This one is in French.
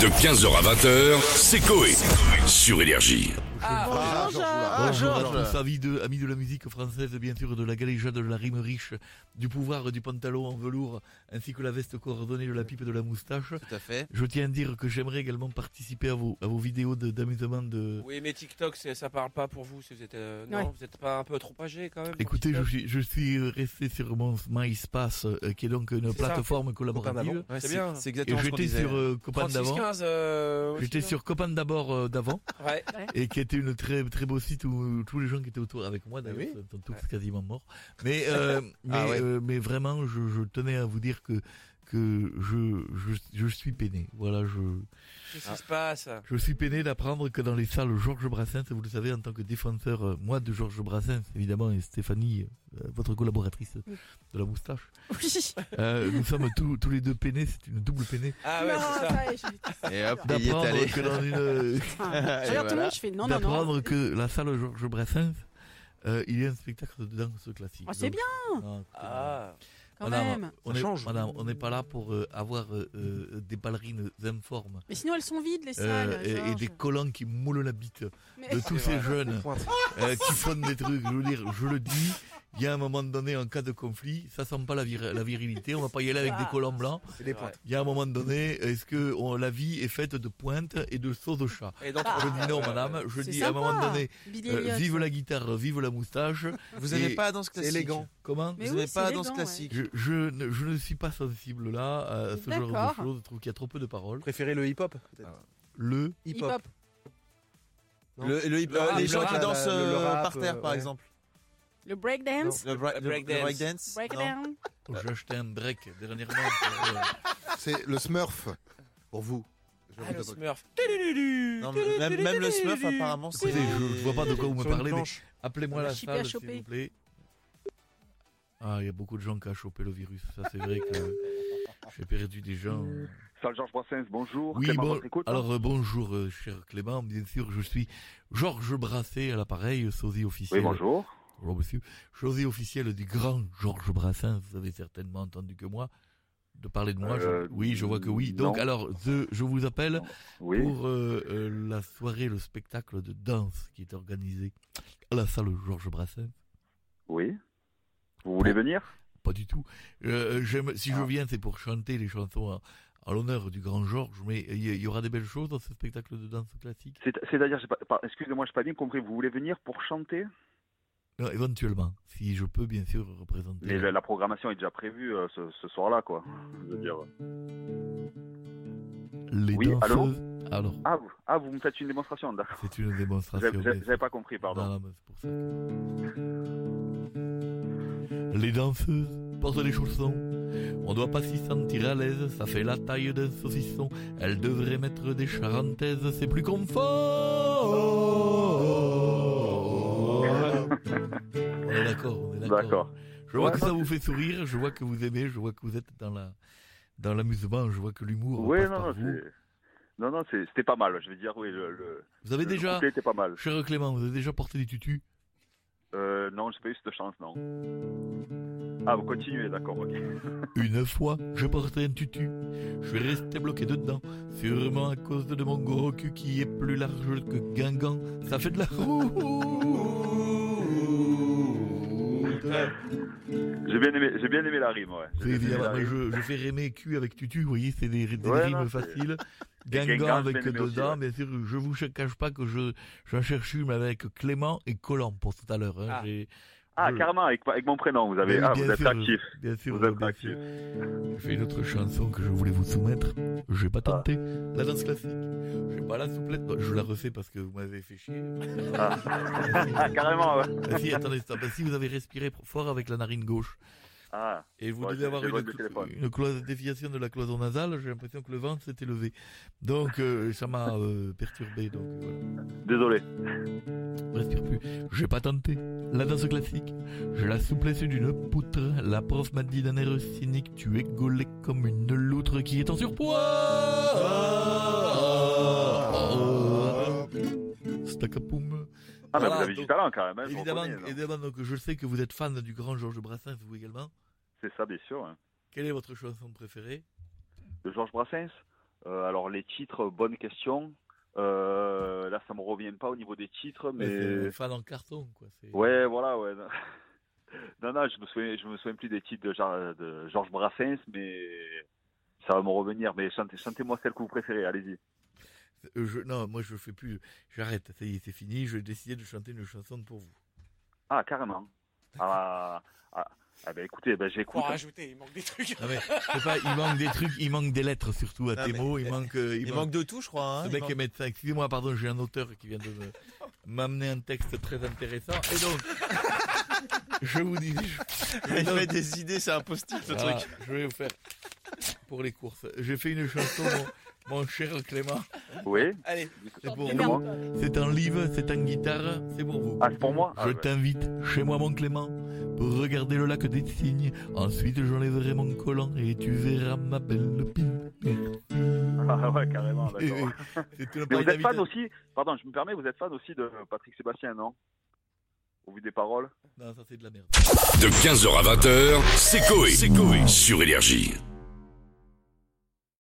De 15h à 20h, c'est Coé. Sur Énergie. Ah, Ah, Bonjour, tous, amis de, amis de la musique française, bien sûr, de la galéjade, de la rime riche, du pouvoir, du pantalon en velours, ainsi que la veste coordonnée, de la pipe, de la moustache. Tout à fait. Je tiens à dire que j'aimerais également participer à vos, à vos vidéos de- d'amusement de... Oui, mais TikTok, c'est- ça parle pas pour vous. Si vous êtes, euh, non, Ouais. vous n'êtes pas un peu trop âgé quand même. pour Écoutez, je TikTok suis, je suis resté sur mon MySpace, euh, qui est donc une C'est ça. plateforme collaborative. Ouais, C'est bien. Et C'est exactement ce qu'on j'étais disait. sur euh, Copain d'avant. 36-15. euh, aussi, J'étais non sur Copain d'abord euh, d'avant, Ouais. et qui était une très très beau site où tous les gens qui étaient autour avec moi d'ailleurs oui. sont tous quasiment morts. Mais euh, mais, Ah ouais. euh, mais vraiment, je, je tenais à vous dire que que je je, je suis peiné. Voilà, je Qu'est-ce qui Ah. se passe je suis peiné d'apprendre que dans les salles Georges Brassens, vous le savez, en tant que défenseur euh, moi de Georges Brassens évidemment et Stéphanie, euh, votre collaboratrice de la moustache, Oui. euh, nous sommes tous tous les deux peinés. C'est une double peinée Ah ouais, c'est ça. Et hop, il y est d'apprendre allé. que dans une Je regarde tout le monde, je fais non, non, non. d'apprendre que la salle Georges Brassens, euh, il y a un spectacle de danse classique. Oh, c'est Donc, non, écoutez, Ah. Quand madame, même. On Ça est, change. madame, on n'est pas là pour euh, avoir euh, euh, des ballerines informes Mais sinon, elles sont vides, les salles. euh, et, et Georges. des collants qui moulent la bite Mais- de tous ces jeunes euh, qui font des trucs. Je veux dire, je le dis, il y a un moment donné, en cas de conflit, ça sent pas la, vir- la virilité. On va pas y aller avec Ah. des collants blancs. les points. Il y a un moment donné, est-ce que on- la vie est faite de pointes et de sauce au chat Et donc, Je dis non, madame. Je Ah. C'est dis à un moment sympa. donné, Billy Euh, Elliot. vive la guitare, vive la moustache. Vous Et n'avez pas la danse classique. Comment Mais Vous oui, n'avez c'est pas la élégant, danse ouais. classique. je, je ne, je ne suis pas sensible là à ce genre de D'accord. choses. Je trouve qu'il y a trop peu de paroles. Préférez le hip-hop Le, Hip-hop. Ah. Le, le hip Le rap, les gens le qui rap, dansent le- le euh, rap, par terre, euh, par ouais. exemple. Le breakdance. Le, bra- Le le- breakdance. le breakdance. Non. Breakdown. Euh. j'ai acheté un break dernièrement. pour, euh, C'est le Smurf. Pour vous. Je Ah, le répète. Smurf. Non, mais même, même le smurf, apparemment, c'est. écoutez, je, je vois pas de quoi vous me Sur une parlez. mais planche. Appelez-moi la Je suis pas salle, s'il chopée. vous plaît. Ah, il y a beaucoup de gens qui ont chopé le virus. Ça, c'est vrai que j'ai perdu des gens. Salle Georges Brassens, bonjour. Oui, Clément, hein. bon, votre écoute. alors euh, bonjour, euh, cher Clément. Bien sûr, je suis Georges Brassé à l'appareil, sosie Oui, officiel. bonjour. Bonjour monsieur. Chose officielle du grand Georges Brassens, vous avez certainement entendu que moi, de parler de moi. je- Euh, Oui, je vois que oui. non. Donc alors, je, je vous appelle Oui. pour euh, euh, la soirée, le spectacle de danse qui est organisé à la salle Georges Brassens. Oui. Vous voulez venir Ah. Pas du tout. Euh, j'aime- si je viens, c'est pour chanter les chansons à, à l'honneur du grand Georges, mais il y, il y aura des belles choses dans ce spectacle de danse classique C'est- C'est-à-dire, j'ai pas- par- excusez-moi, je n'ai pas bien compris. Vous voulez venir pour chanter Non, Éventuellement, si je peux bien sûr représenter. Mais la, la programmation est déjà prévue euh, ce, ce soir-là, quoi. Je veux dire. euh. Les Oui, allô danseuses. Alors, Ah vous, ah, vous me faites une démonstration, d'accord. Ah, c'est une démonstration. J'avais bien j'avais- sûr. j'avais pas compris, pardon. Non, non, mais c'est pour ça que- Les danseuses portent des chaussons. On doit pas s'y sentir à l'aise, ça fait la taille d'un saucisson. Elles devraient mettre des charentaises, c'est plus confort. on est d'accord, on est d'accord. D'accord. Je vois Ouais, que ça vous fait sourire, je vois que vous aimez, je vois que vous êtes dans la dans l'amusement, je vois que l'humour Oui, passe non, par non, vous. c'est- non, non, c'est- c'était pas mal. Je veux dire, oui, le, le, Vous avez le Ah, déjà, couplet était pas mal. cher Clément, vous avez déjà porté des tutus Euh, non, j'ai pas eu cette chance, non. Ah, vous continuez, d'accord. ok. Une fois, je portais un tutu. Je suis resté bloqué dedans. Sûrement à cause de mon gros cul qui est plus large que Guingamp. Ça fait de la route. J'ai bien aimé, j'ai bien aimé la rime, ouais. J'ai C'est bien aimé la évidemment, rime. je, je fais rimer cul avec tutu, vous voyez, c'est des, des Ouais, rimes non, c'est- faciles. Guingamp, Guingamp avec je l'ai aimé aussi, dedans, ouais. bien sûr, je vous cache pas que je, j'en cherche une avec Clément et Colomb pour tout à l'heure. hein. Ah. J'ai- Ah, je- carrément, avec, avec mon prénom, vous avez. Oui, Ah, bien vous êtes sûr. actif. Bien sûr, Vous êtes bien actif. sûr. J'ai une autre chanson que je voulais vous soumettre. Je vais pas Ah. tenter la danse classique. J'ai pas la souplesse. Bon, je la refais parce que vous m'avez fait chier. Ah, carrément, ouais. Ah, si, attendez, stop. Ah, si vous avez respiré fort avec la narine gauche Ah, et vous Ouais, devez j'ai- avoir j'ai une, votre clo- téléphone. une cloison- déviation de la cloison nasale, j'ai l'impression que le ventre s'est élevé. Donc euh, ça m'a euh, perturbé. Donc voilà. désolé. respire plus. J'ai pas tenté la danse classique. J'ai la souplesse d'une poutre. La prof m'a dit d'un air cynique, tu es gaulé comme une loutre qui est en surpoids. Stacapoum. Ah, mais Voilà, vous avez du donc, talent quand même, hein, je vous Évidemment, reconnais, non évidemment, donc je sais que vous êtes fan du grand Georges Brassens, vous également. C'est ça, bien sûr. hein. Quelle est votre chanson préférée De Georges Brassens Euh, alors les titres, bonne question. Euh, là, ça me revient pas au niveau des titres, mais, euh, Mais... euh, Fan en carton, quoi. c'est- ouais, voilà, ouais. Non, non, je me souviens, je me souviens plus des titres de, Jean- de Georges Brassens, mais ça va me revenir. Mais chantez, chantez-moi celle que vous préférez, allez-y. Euh, je- non, moi je fais plus. J'arrête. Ça y est, c'est fini. Je vais décider de chanter une chanson pour vous. Ah, carrément. Ah, ah, ah, ben écoutez, ben Faut j'écoute. en rajouter, il manque des trucs. Non, mais, je sais pas, il manque des trucs, il manque des lettres surtout à Non, tes mais- mots. Il manque. euh, Il manque de tout, je crois. hein. Ce Il mec manque- est médecin. Excusez-moi, pardon, j'ai un auteur qui vient de me- m'amener un texte très intéressant. Et donc, je vous dis, Il fait des idées, c'est un post-it le Voilà, truc. je vais vous faire pour les courses. J'ai fait une chanson, mon, mon cher Clément. Oui. Allez, C'est pour Énorme. vous. C'est en live, c'est en guitare, c'est pour vous. Ah, c'est pour moi. Ah, Je ouais. t'invite chez moi, mon Clément, pour regarder le lac des cygnes. Ensuite, j'enlèverai mon collant et tu verras ma belle pine. Ah ouais, carrément, Et- d'accord. C'était Mais pas vous une êtes fan invitation. aussi, pardon, je me permets, vous êtes fan aussi de Patrick Sébastien, non Au vu des paroles Non, ça c'est de la merde. De 15h à 20h, c'est Coé. Sur Énergie.